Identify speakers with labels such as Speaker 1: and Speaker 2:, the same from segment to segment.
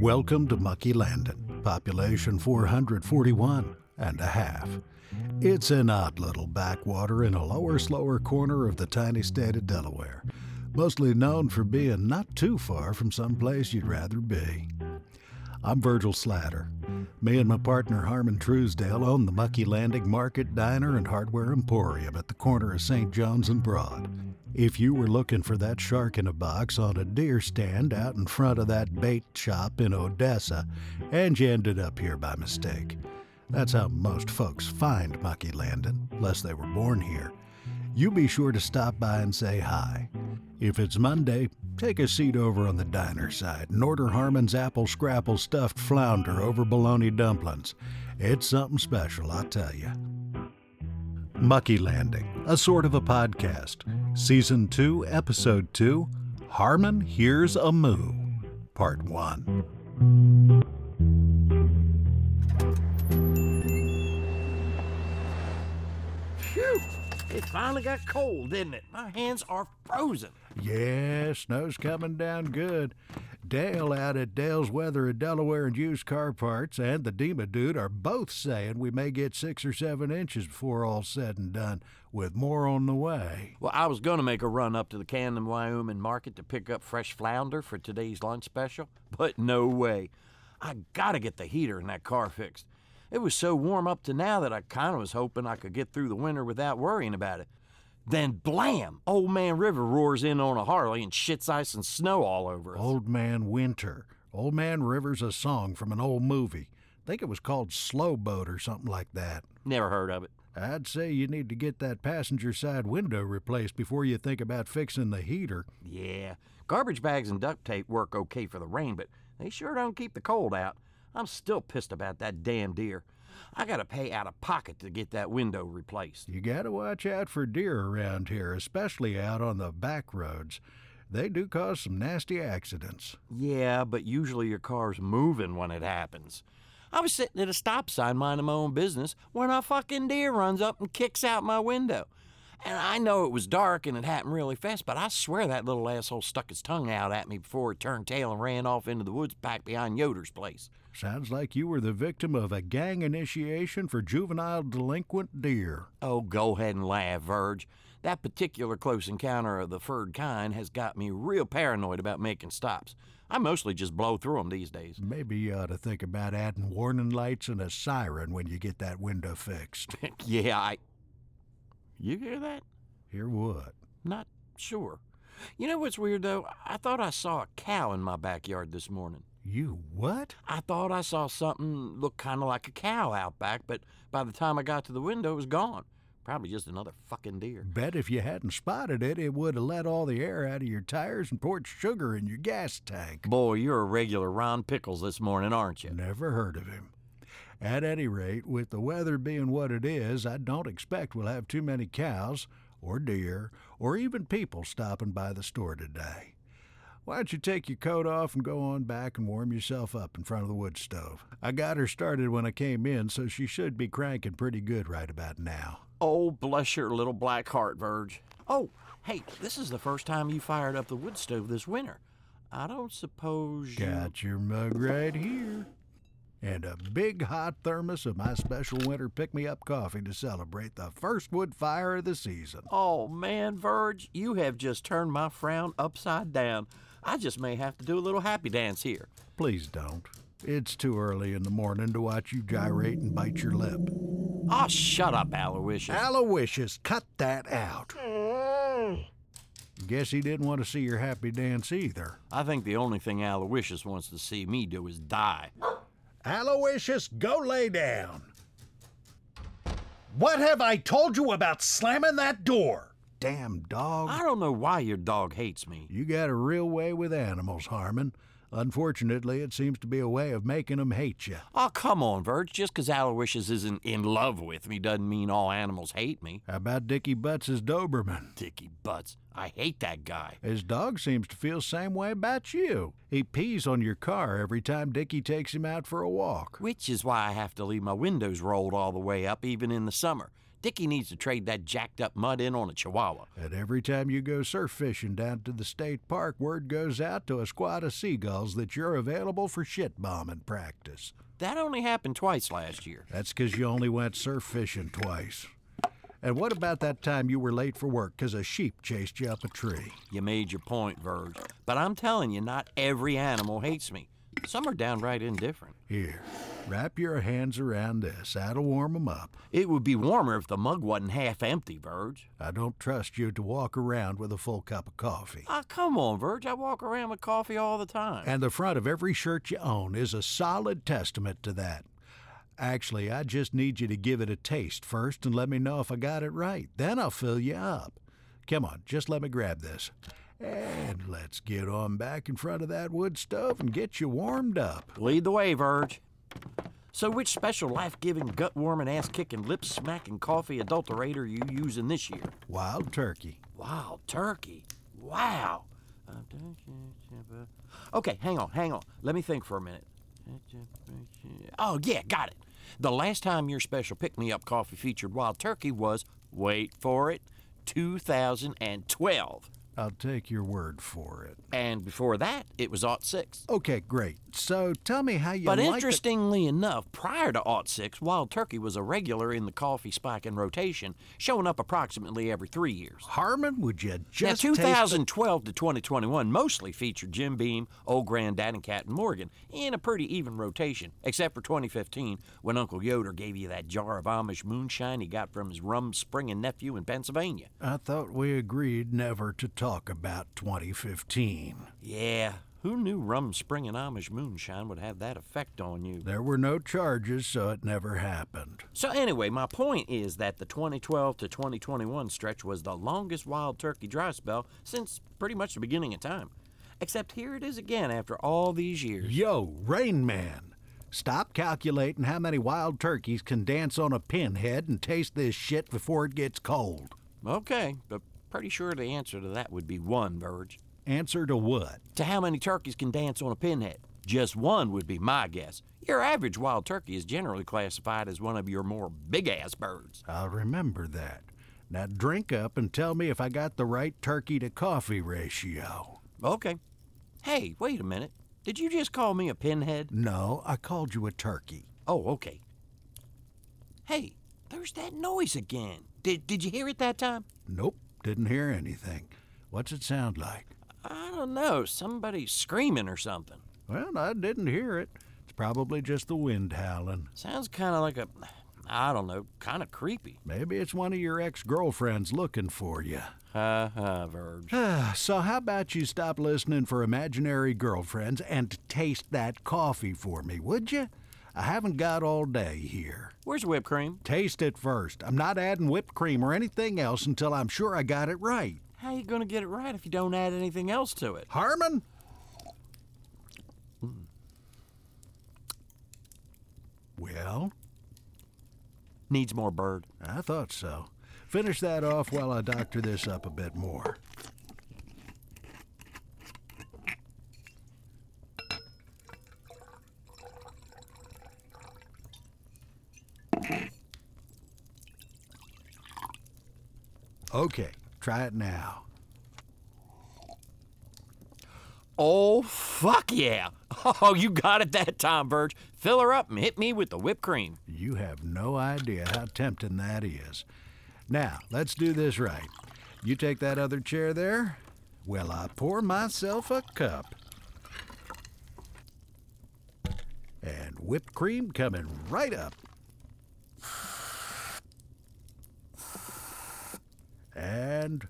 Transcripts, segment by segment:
Speaker 1: Welcome to Mucky Landon, population 441 and a half. It's an odd little backwater in a lower, slower corner of the tiny state of Delaware, mostly known for being not too far from some place you'd rather be. I'm Virgil Slatter. Me and my partner Harmon Truesdale own the Mucky Landing Market, Diner, and Hardware Emporium at the corner of St. John's and Broad. If you were looking for that shark in a box on a deer stand out in front of that bait shop in Odessa, and you ended up here by mistake, that's how most folks find Mucky Landon, unless they were born here. You be sure to stop by and say hi. If it's Monday, take a seat over on the diner side and order Harmon's apple scrapple stuffed flounder over bologna dumplings. It's something special, I tell you. Mucky Landing, a sort of a podcast. Season 2, Episode 2 Harmon Hears a Moo, Part 1.
Speaker 2: Phew! It finally got cold, didn't it? My hands are frozen.
Speaker 1: Yeah, snow's coming down good. Dale out at Dale's Weather in Delaware and Used Car Parts and the Dema Dude are both saying we may get six or seven inches before all's said and done, with more on the way.
Speaker 2: Well, I was going to make a run up to the Camden, Wyoming market to pick up fresh flounder for today's lunch special, but no way. I got to get the heater in that car fixed. It was so warm up to now that I kind of was hoping I could get through the winter without worrying about it. Then, blam! Old Man River roars in on a Harley and shits ice and snow all over us.
Speaker 1: Old Man Winter. Old Man River's a song from an old movie. think it was called Slow Boat or something like that.
Speaker 2: Never heard of it.
Speaker 1: I'd say you need to get that passenger side window replaced before you think about fixing the heater.
Speaker 2: Yeah, garbage bags and duct tape work okay for the rain, but they sure don't keep the cold out. I'm still pissed about that damn deer. I gotta pay out of pocket to get that window replaced.
Speaker 1: You gotta watch out for deer around here, especially out on the back roads. They do cause some nasty accidents.
Speaker 2: Yeah, but usually your car's moving when it happens. I was sitting at a stop sign minding my own business when a fucking deer runs up and kicks out my window. And I know it was dark and it happened really fast, but I swear that little asshole stuck his tongue out at me before it turned tail and ran off into the woods back behind Yoder's place.
Speaker 1: Sounds like you were the victim of a gang initiation for juvenile delinquent deer.
Speaker 2: Oh, go ahead and laugh, Verge. That particular close encounter of the furred kind has got me real paranoid about making stops. I mostly just blow through 'em these days.
Speaker 1: Maybe you ought to think about adding warning lights and a siren when you get that window fixed.
Speaker 2: yeah, I. You hear that?
Speaker 1: Hear what?
Speaker 2: Not sure. You know what's weird, though? I thought I saw a cow in my backyard this morning.
Speaker 1: You what?
Speaker 2: I thought I saw something look kind of like a cow out back, but by the time I got to the window, it was gone. Probably just another fucking deer.
Speaker 1: Bet if you hadn't spotted it, it would have let all the air out of your tires and poured sugar in your gas tank.
Speaker 2: Boy, you're a regular Ron Pickles this morning, aren't you?
Speaker 1: Never heard of him. At any rate, with the weather being what it is, I don't expect we'll have too many cows, or deer, or even people stopping by the store today. Why don't you take your coat off and go on back and warm yourself up in front of the wood stove? I got her started when I came in, so she should be cranking pretty good right about now.
Speaker 2: Oh, bless your little black heart, Verge. Oh, hey, this is the first time you fired up the wood stove this winter. I don't suppose you.
Speaker 1: Got your mug right here. And a big hot thermos of my special winter pick me up coffee to celebrate the first wood fire of the season.
Speaker 2: Oh, man, Verge, you have just turned my frown upside down. I just may have to do a little happy dance here.
Speaker 1: Please don't. It's too early in the morning to watch you gyrate and bite your lip.
Speaker 2: Oh, shut up, Aloysius.
Speaker 1: Aloysius, cut that out. Guess he didn't want to see your happy dance either.
Speaker 2: I think the only thing Aloysius wants to see me do is die.
Speaker 1: Aloysius, go lay down.
Speaker 3: What have I told you about slamming that door?
Speaker 1: Damn dog.
Speaker 2: I don't know why your dog hates me.
Speaker 1: You got a real way with animals, Harmon. Unfortunately, it seems to be a way of making 'em hate you.
Speaker 2: Oh, come on, Verge. Just 'cause Aloysius isn't in love with me doesn't mean all animals hate me.
Speaker 1: How about Dickie Butts's Doberman?
Speaker 2: Dicky Butts. I hate that guy.
Speaker 1: His dog seems to feel same way about you. He pees on your car every time Dickie takes him out for a walk.
Speaker 2: Which is why I have to leave my windows rolled all the way up, even in the summer. Dickie needs to trade that jacked up mud in on a chihuahua.
Speaker 1: And every time you go surf fishing down to the state park, word goes out to a squad of seagulls that you're available for shit bombing practice.
Speaker 2: That only happened twice last year.
Speaker 1: That's 'cause you only went surf fishing twice. And what about that time you were late for work 'cause a sheep chased you up a tree?
Speaker 2: You made your point, Verge. But I'm telling you, not every animal hates me. Some are downright indifferent.
Speaker 1: Here, wrap your hands around this. That'll warm 'em up.
Speaker 2: It would be warmer if the mug wasn't half empty, Verge.
Speaker 1: I don't trust you to walk around with a full cup of coffee.
Speaker 2: Ah, come on, Verge. I walk around with coffee all the time.
Speaker 1: And the front of every shirt you own is a solid testament to that. Actually, I just need you to give it a taste first and let me know if I got it right. Then I'll fill you up. Come on, just let me grab this. And let's get on back in front of that wood stove and get you warmed up.
Speaker 2: Lead the way, Verge. So, which special life giving, gut warming, ass kicking, lip smacking coffee adulterator are you using this year?
Speaker 1: Wild turkey.
Speaker 2: Wow, turkey. Wow. Okay, hang on, hang on. Let me think for a minute. Oh, yeah, got it. The last time your special pick me up coffee featured wild turkey was, wait for it, 2012.
Speaker 1: I'll take your word for it.
Speaker 2: And before that, it was aught 6.
Speaker 1: Okay, great. So tell me how you
Speaker 2: But
Speaker 1: like the-
Speaker 2: interestingly enough, prior to aught 6, wild turkey was a regular in the coffee spike and rotation, showing up approximately every three years.
Speaker 1: Harmon, would you just
Speaker 2: now,
Speaker 1: taste the-
Speaker 2: 2012 to 2021 mostly featured Jim Beam, Old Granddad, and Captain Morgan in a pretty even rotation, except for 2015 when Uncle Yoder gave you that jar of Amish moonshine he got from his rum springing nephew in Pennsylvania.
Speaker 1: I thought we agreed never to talk about 2015.
Speaker 2: Yeah, who knew rum springing Amish moonshine would have that effect on you?
Speaker 1: There were no charges, so it never happened.
Speaker 2: So, anyway, my point is that the 2012 to 2021 stretch was the longest wild turkey dry spell since pretty much the beginning of time. Except here it is again after all these years.
Speaker 1: Yo, Rain Man, stop calculating how many wild turkeys can dance on a pinhead and taste this shit before it gets cold.
Speaker 2: Okay, but pretty sure the answer to that would be one, Verge.
Speaker 1: Answer to what?
Speaker 2: To how many turkeys can dance on a pinhead? Just one would be my guess. Your average wild turkey is generally classified as one of your more big ass birds.
Speaker 1: I'll remember that. Now drink up and tell me if I got the right turkey to coffee ratio.
Speaker 2: Okay. Hey, wait a minute. Did you just call me a pinhead?
Speaker 1: No, I called you a turkey.
Speaker 2: Oh, okay. Hey, there's that noise again. Did, did you hear it that time?
Speaker 1: Nope, didn't hear anything. What's it sound like?
Speaker 2: I don't know. Somebody screaming or something.
Speaker 1: Well, I didn't hear it. It's probably just the wind howling.
Speaker 2: Sounds kind of like a, I don't know, kind of creepy.
Speaker 1: Maybe it's one of your ex girlfriends looking for you.
Speaker 2: Ha ha, Verge.
Speaker 1: so, how about you stop listening for imaginary girlfriends and taste that coffee for me, would you? I haven't got all day here.
Speaker 2: Where's the whipped cream?
Speaker 1: Taste it first. I'm not adding whipped cream or anything else until I'm sure I got it right.
Speaker 2: How you gonna get it right if you don't add anything else to it?
Speaker 1: Harmon? Hmm. Well,
Speaker 2: Needs more bird.
Speaker 1: I thought so. Finish that off while I doctor this up a bit more. Okay, try it now.
Speaker 2: Oh fuck yeah! Oh, you got it that time, Verge. Fill her up and hit me with the whipped cream.
Speaker 1: You have no idea how tempting that is. Now, let's do this right. You take that other chair there. Well, I pour myself a cup. And whipped cream coming right up. And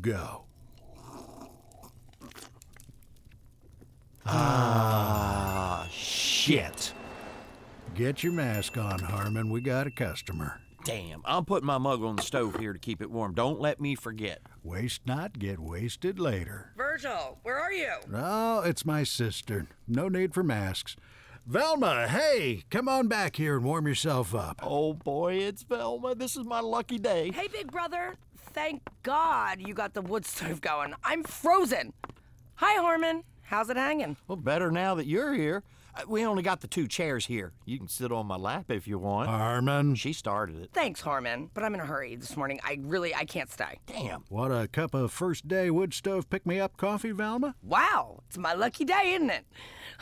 Speaker 1: go.
Speaker 2: Ah shit!
Speaker 1: Get your mask on, Harmon. We got a customer.
Speaker 2: Damn, I'm putting my mug on the stove here to keep it warm. Don't let me forget.
Speaker 1: Waste not, get wasted later.
Speaker 4: Virgil, where are you?
Speaker 1: Oh, it's my sister. No need for masks. Velma, hey, come on back here and warm yourself up.
Speaker 2: Oh boy, it's Velma. This is my lucky day.
Speaker 4: Hey, big brother. Thank God you got the wood stove going. I'm frozen. Hi, Harmon. How's it hanging?
Speaker 2: Well, better now that you're here. Uh, We only got the two chairs here. You can sit on my lap if you want.
Speaker 1: Armin,
Speaker 2: She started it.
Speaker 4: Thanks, Harmon, but I'm in a hurry this morning. I really, I can't stay.
Speaker 2: Damn.
Speaker 1: what a cup of first day wood stove pick me up coffee, Valma?
Speaker 4: Wow, it's my lucky day, isn't it?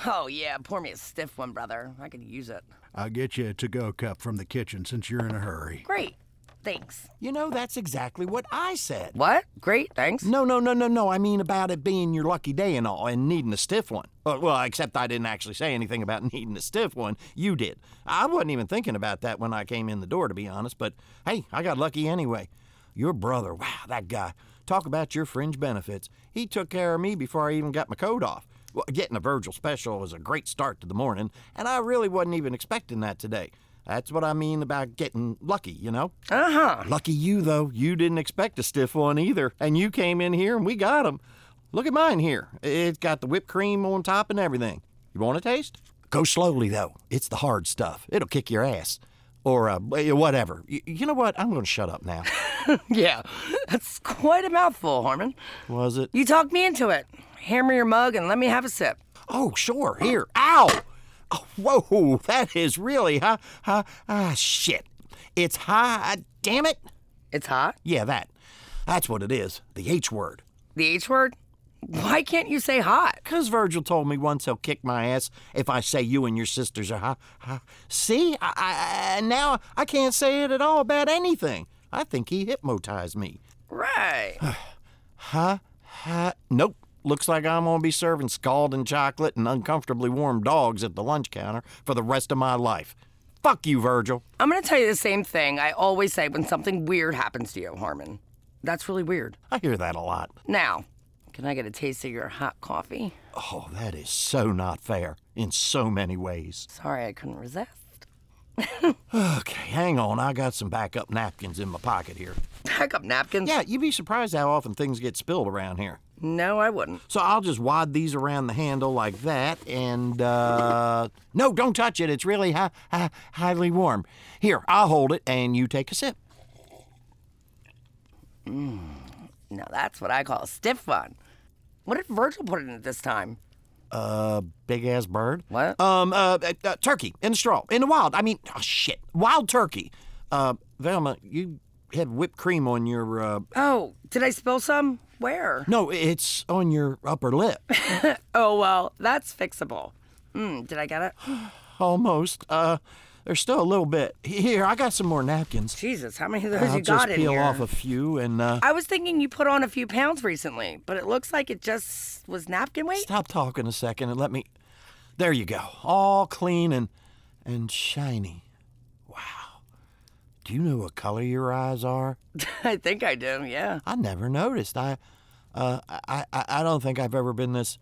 Speaker 4: Oh, yeah, pour me a stiff one, brother. I could use it.
Speaker 1: I'll get you a to go cup from the kitchen since you're in a hurry.
Speaker 4: Great, thanks.
Speaker 2: You know, that's exactly what I said.
Speaker 4: What? Great, thanks.
Speaker 2: No, no, no, no, no. I mean about it being your lucky day and all, and needing a stiff one. Uh, well, except I didn't actually say anything about needing a stiff one. You did. I wasn't even thinking about that when I came in the door, to be honest. But hey, I got lucky anyway. Your brother, wow, that guy. Talk about your fringe benefits. He took care of me before I even got my coat off. Well, getting a Virgil special was a great start to the morning, and I really wasn't even expecting that today. That's what I mean about getting lucky, you know?
Speaker 4: Uh huh.
Speaker 2: Ah, Lucky you, though. You didn't expect a stiff one either, and you came in here and we got 'em. Look at mine here. It's got the whipped cream on top and everything. You want a taste? Go slowly, though. It's the hard stuff. It'll kick your ass. Or uh, whatever. Y- you know what? I'm going to shut up now.
Speaker 4: Yeah, that's quite a mouthful, Harmon.
Speaker 2: Was it?
Speaker 4: You talked me into it. Hammer your mug and let me have a sip.
Speaker 2: Oh, sure. Here. Ow! Oh, whoa, that is really high. high ah, shit. It's high. Damn it.
Speaker 4: It's hot?
Speaker 2: Yeah, that. That's what it is. The H word.
Speaker 4: The H word? Why can't you say hot?
Speaker 2: Because Virgil told me once he'll kick my ass if I say you and your sisters are. Ha, ha. See, I, I, I- now I can't say it at all about anything. I think he hypnotized me.
Speaker 4: Right.
Speaker 2: Ha, ha. Nope. Looks like I'm going to be serving scalding chocolate and uncomfortably warm dogs at the lunch counter for the rest of my life. Fuck you, Virgil.
Speaker 4: I'm going to tell you the same thing I always say when something weird happens to you, Harmon. That's really weird.
Speaker 2: I hear that a lot.
Speaker 4: Now, can I get a taste of your hot coffee?
Speaker 2: Oh, that is so not fair in so many ways.
Speaker 4: Sorry, I couldn't resist.
Speaker 2: Okay, hang on. I got some backup napkins in my pocket here.
Speaker 4: Pack up napkins?
Speaker 2: Yeah, you'd be surprised how often things get spilled around here.
Speaker 4: No, I wouldn't.
Speaker 2: So I'll just wad these around the handle like that, and uh, no, don't touch it. It's really high, high, highly warm. Here, I'll hold it, and you take a sip.
Speaker 4: Now, that's what I call a stiff one. What did Virgil put in it this time?
Speaker 2: Uh, big ass bird.
Speaker 4: What?
Speaker 2: Um, uh, uh, uh, turkey in the straw in the wild. I mean, oh, shit, wild turkey. Uh, Velma, you had whipped cream on your. Uh,
Speaker 4: Oh, did I spill some? Where?
Speaker 2: no, it's on your upper lip.
Speaker 4: Oh, well, that's fixable. Mm, did I get it?
Speaker 2: Almost. Uh, there's still a little bit. Here, I got some more napkins.
Speaker 4: Jesus, how many of those
Speaker 2: I'll
Speaker 4: you got
Speaker 2: just
Speaker 4: in
Speaker 2: peel
Speaker 4: here?
Speaker 2: off a few and. Uh,
Speaker 4: I was thinking you put on a few pounds recently, but it looks like it just was napkin weight.
Speaker 2: Stop talking a second and let me. There you go, all clean and and shiny. Wow. Do you know what color your eyes are?
Speaker 4: I think I do, yeah.
Speaker 2: I never noticed. I, uh, I, I, I don't think I've ever been this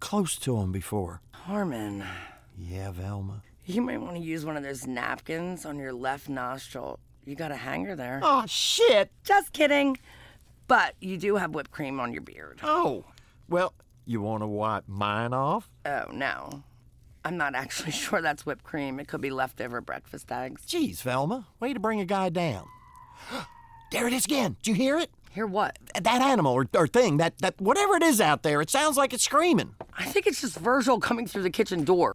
Speaker 2: close to them before.
Speaker 4: Harmon,
Speaker 2: Yeah, Velma.
Speaker 4: you might want to use one of those napkins on your left nostril. You got a hanger there.
Speaker 2: Oh shit.
Speaker 4: Just kidding. But you do have whipped cream on your beard.
Speaker 2: Oh. Well, you want to wipe mine off?
Speaker 4: Oh, no. I'm not actually sure that's whipped cream. It could be leftover breakfast eggs.
Speaker 2: Jeez, Velma, way to bring a guy down. there it is again. Did you hear it?
Speaker 4: Hear what?
Speaker 2: That animal or, or thing, that, that whatever it is out there, it sounds like it's screaming.
Speaker 4: I think it's just Virgil coming through the kitchen door.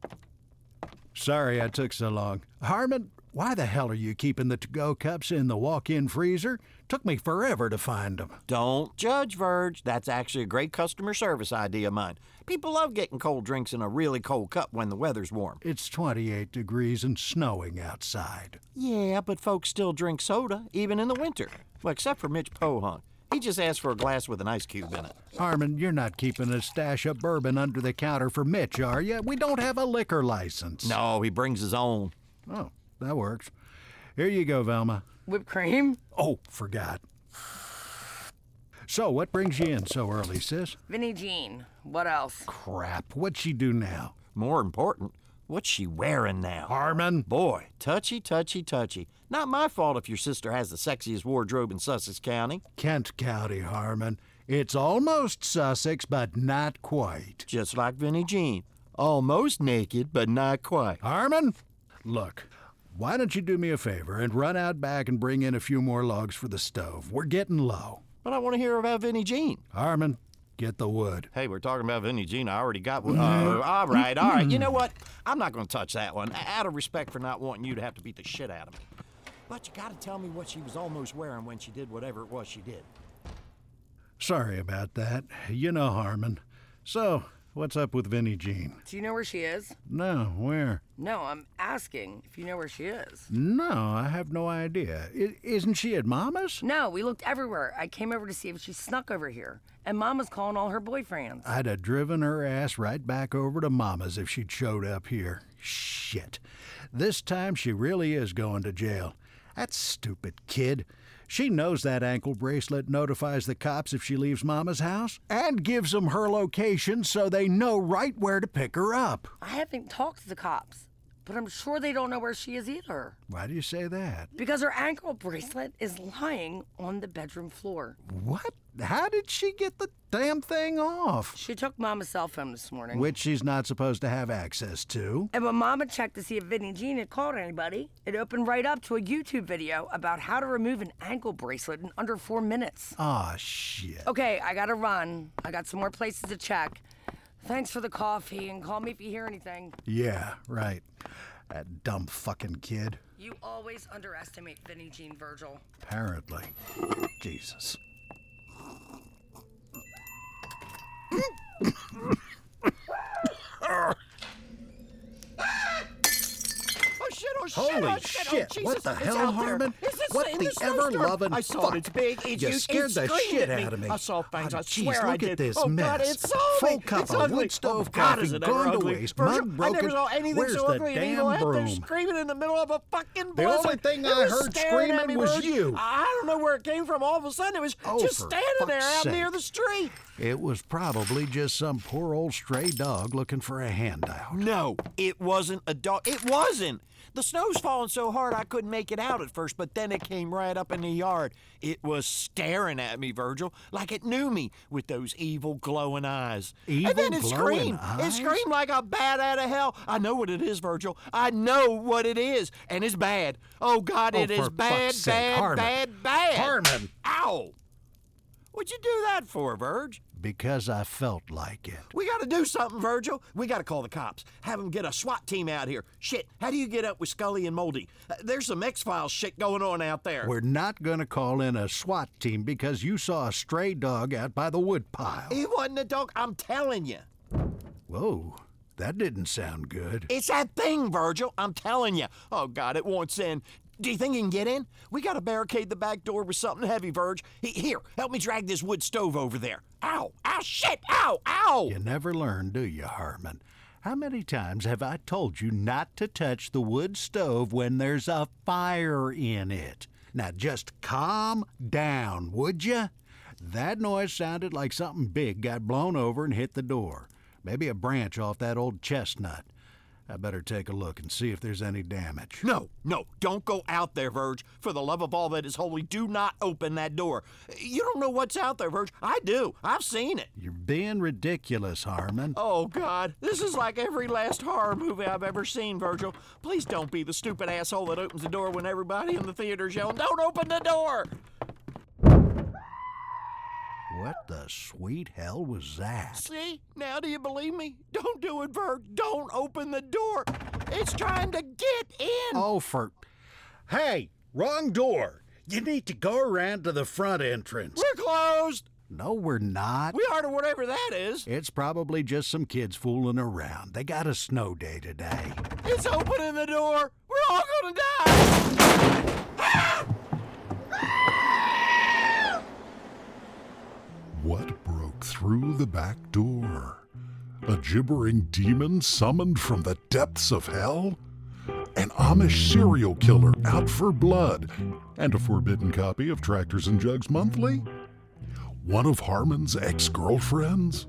Speaker 1: Sorry I took so long. Harmon, why the hell are you keeping the to go cups in the walk in freezer? Took me forever to find them.
Speaker 2: Don't judge, Verge. That's actually a great customer service idea of mine. People love getting cold drinks in a really cold cup when the weather's warm.
Speaker 1: It's 28 degrees and snowing outside.
Speaker 2: Yeah, but folks still drink soda, even in the winter. Well, except for Mitch Pohunk. He just asked for a glass with an ice cube in it.
Speaker 1: Harmon, you're not keeping a stash of bourbon under the counter for Mitch, are you? We don't have a liquor license.
Speaker 2: No, he brings his own.
Speaker 1: Oh, that works. Here you go, Velma.
Speaker 4: Whipped cream?
Speaker 1: Oh, forgot. So, what brings you in so early, sis?
Speaker 4: Vinnie Jean. What else?
Speaker 1: Crap, what'd she do now?
Speaker 2: More important, what's she wearing now?
Speaker 1: Harmon?
Speaker 2: Boy, touchy, touchy, touchy. Not my fault if your sister has the sexiest wardrobe in Sussex County.
Speaker 1: Kent County, Harmon. It's almost Sussex, but not quite.
Speaker 2: Just like Vinnie Jean. Almost naked, but not quite.
Speaker 1: Harmon? Look, why don't you do me a favor and run out back and bring in a few more logs for the stove? We're getting low.
Speaker 2: But I want to hear about Vinnie Jean.
Speaker 1: Harmon, Get the wood.
Speaker 2: Hey, we're talking about Vinnie Jean. I already got one. Uh, all right, all right. You know what? I'm not going to touch that one. Out of respect for not wanting you to have to beat the shit out of me. But you got to tell me what she was almost wearing when she did whatever it was she did.
Speaker 1: Sorry about that. You know Harmon. So, what's up with Vinnie Jean?
Speaker 4: Do you know where she is?
Speaker 1: No, where?
Speaker 4: No, I'm asking if you know where she is.
Speaker 1: No, I have no idea. I- isn't she at Mama's?
Speaker 4: No, we looked everywhere. I came over to see if she snuck over here. And Mama's calling all her boyfriends.
Speaker 1: I'd have driven her ass right back over to Mama's if she'd showed up here. Shit. This time she really is going to jail. That stupid kid. She knows that ankle bracelet notifies the cops if she leaves Mama's house and gives them her location so they know right where to pick her up.
Speaker 4: I haven't talked to the cops, but I'm sure they don't know where she is either.
Speaker 1: Why do you say that?
Speaker 4: Because her ankle bracelet is lying on the bedroom floor.
Speaker 1: What? How did she get the damn thing off?
Speaker 4: She took Mama's cell phone this morning.
Speaker 1: Which she's not supposed to have access to.
Speaker 4: And when Mama checked to see if Vinnie Jean had called anybody, it opened right up to a YouTube video about how to remove an ankle bracelet in under four minutes.
Speaker 1: Aw, Ah, shit.
Speaker 4: Okay, I gotta run. I got some more places to check. Thanks for the coffee and call me if you hear anything.
Speaker 1: Yeah, right. That dumb fucking kid.
Speaker 4: You always underestimate Vinnie Jean Virgil.
Speaker 1: Apparently. Jesus.
Speaker 2: Oh shit! Oh shit!
Speaker 1: Holy
Speaker 2: oh,
Speaker 1: shit!
Speaker 2: shit! Oh, Jesus,
Speaker 1: what the
Speaker 2: it's
Speaker 1: hell,
Speaker 2: out there.
Speaker 1: Harmon?
Speaker 2: It's just
Speaker 1: What
Speaker 2: in
Speaker 1: the ever
Speaker 2: snowstorm.
Speaker 1: loving
Speaker 5: I saw
Speaker 1: fuck?
Speaker 5: it. It's big. It,
Speaker 1: you
Speaker 5: it- it
Speaker 1: scared the
Speaker 5: screamed
Speaker 1: shit
Speaker 5: at me.
Speaker 1: out of me.
Speaker 5: I saw things.
Speaker 1: Oh,
Speaker 5: I
Speaker 1: jeez,
Speaker 5: swear I
Speaker 1: look at
Speaker 5: did.
Speaker 1: this
Speaker 5: oh,
Speaker 1: mess.
Speaker 5: God, it's so
Speaker 1: Full
Speaker 5: big.
Speaker 1: cup
Speaker 5: it's
Speaker 1: of
Speaker 5: ugly.
Speaker 1: wood stove
Speaker 5: oh, God,
Speaker 1: coffee
Speaker 5: is it
Speaker 1: gone
Speaker 5: ever
Speaker 1: to
Speaker 5: ugly.
Speaker 1: waste.
Speaker 5: Virgil,
Speaker 1: Mug
Speaker 5: I
Speaker 1: broken.
Speaker 5: never saw anything
Speaker 1: Where's
Speaker 5: so
Speaker 1: the
Speaker 5: ugly. and
Speaker 1: damn
Speaker 5: evil out there
Speaker 1: broom?
Speaker 5: screaming in the middle of a fucking
Speaker 1: The only
Speaker 5: blizzard.
Speaker 1: thing
Speaker 5: It
Speaker 1: I
Speaker 5: was
Speaker 1: heard
Speaker 5: staring at me,
Speaker 1: screaming was
Speaker 5: Virgil.
Speaker 1: you.
Speaker 5: I don't know where it came from. All of a sudden, it was
Speaker 1: Oh,
Speaker 5: just
Speaker 1: for
Speaker 5: standing there
Speaker 1: fuck's
Speaker 5: out near
Speaker 1: sake.
Speaker 5: the street.
Speaker 1: It was probably just some poor old stray dog looking for a handout.
Speaker 2: No, it wasn't a dog. It wasn't. The snow's falling so hard I couldn't make it out at first, but then it came right up in the yard. It was staring at me, Virgil, like it knew me with those evil glowing eyes.
Speaker 1: Evil
Speaker 2: and then it
Speaker 1: glowing
Speaker 2: screamed. It
Speaker 1: eyes?
Speaker 2: screamed like a bat out of hell. I know what it is, Virgil. I know what it is, and it's bad. Oh God,
Speaker 1: Oh,
Speaker 2: it is
Speaker 1: for
Speaker 2: bad,
Speaker 1: fuck's sake,
Speaker 2: bad,
Speaker 1: Harmon.
Speaker 2: bad, bad.
Speaker 1: Harmon.
Speaker 2: Ow! What'd you do that for, Virg?
Speaker 1: Because I felt like it.
Speaker 2: We got to do something, Virgil. We got to call the cops. Have them get a SWAT team out here. Shit, how do you get up with Scully and Moldy? Uh, there's some X Files shit going on out there.
Speaker 1: We're not going to call in a SWAT team because you saw a stray dog out by the woodpile.
Speaker 2: He wasn't a dog. I'm telling you.
Speaker 1: Whoa, that didn't sound good.
Speaker 2: It's that thing, Virgil. I'm telling you. Oh, God, it wants in. Do you think he can get in? We got to barricade the back door with something heavy, Virg. He- here, help me drag this wood stove over there. Ow, ow, shit, ow, ow.
Speaker 1: You never learn, do you, Harmon? How many times have I told you not to touch the wood stove when there's a fire in it? Now just calm down, would you? That noise sounded like something big got blown over and hit the door. Maybe a branch off that old chestnut. I better take a look and see if there's any damage.
Speaker 2: No, no, don't go out there, Verge. For the love of all that is holy, do not open that door. You don't know what's out there, Verge. I do. I've seen it.
Speaker 1: You're being ridiculous, Harmon.
Speaker 2: Oh, God. This is like every last horror movie I've ever seen, Virgil. Please don't be the stupid asshole that opens the door when everybody in the theater's yelling, Don't open the door!
Speaker 1: What the sweet hell was that?
Speaker 2: See? Now do you believe me? Don't do it, Verge. Don't open the door. It's trying to get in.
Speaker 1: Oh, for. Hey, wrong door. You need to go around to the front entrance.
Speaker 2: We're closed.
Speaker 1: No, we're not.
Speaker 2: We are to whatever that is.
Speaker 1: It's probably just some kids fooling around. They got a snow day today.
Speaker 2: It's opening the door. We're all gonna die.
Speaker 6: What broke through the back door? A gibbering demon summoned from the depths of hell? An Amish serial killer out for blood? And a forbidden copy of Tractors and Jugs Monthly? One of Harmon's ex girlfriends?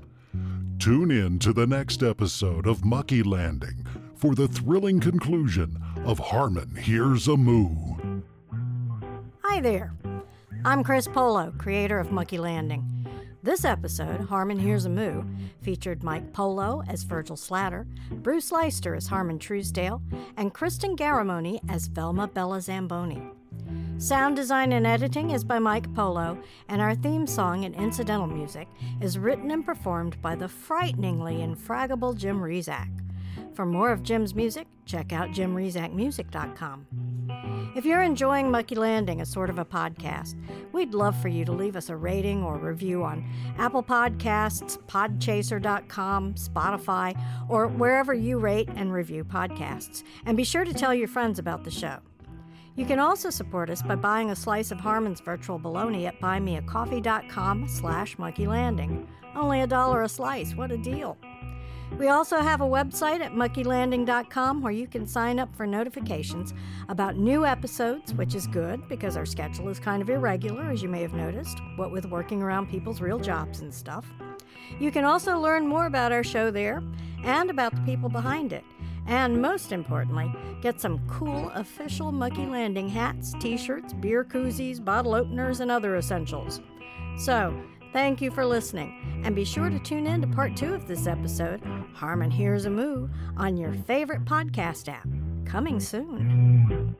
Speaker 6: Tune in to the next episode of Mucky Landing for the thrilling conclusion of Harmon Hears a Moo.
Speaker 7: Hi there. I'm Chris Polo, creator of Monkey Landing. This episode, Harmon Hears a Moo, featured Mike Polo as Virgil Slatter, Bruce Leister as Harmon Truesdale, and Kristen Garamoni as Velma Bella Zamboni. Sound design and editing is by Mike Polo, and our theme song and incidental music is written and performed by the frighteningly infragable Jim Rezac. For more of Jim's music, check out jimrezakmusic.com. If you're enjoying Mucky Landing, a sort of a podcast, we'd love for you to leave us a rating or review on Apple Podcasts, Podchaser.com, Spotify, or wherever you rate and review podcasts. And be sure to tell your friends about the show. You can also support us by buying a slice of Harmon's virtual bologna at buymeacoffee.com slash monkeylanding. Only a dollar a slice. What a deal. We also have a website at muckylanding.com where you can sign up for notifications about new episodes, which is good because our schedule is kind of irregular, as you may have noticed, what with working around people's real jobs and stuff. You can also learn more about our show there and about the people behind it. And most importantly, get some cool official Mucky Landing hats, t shirts, beer koozies, bottle openers, and other essentials. So, thank you for listening, and be sure to tune in to part two of this episode, Harmon Hears a Moo, on your favorite podcast app. Coming soon.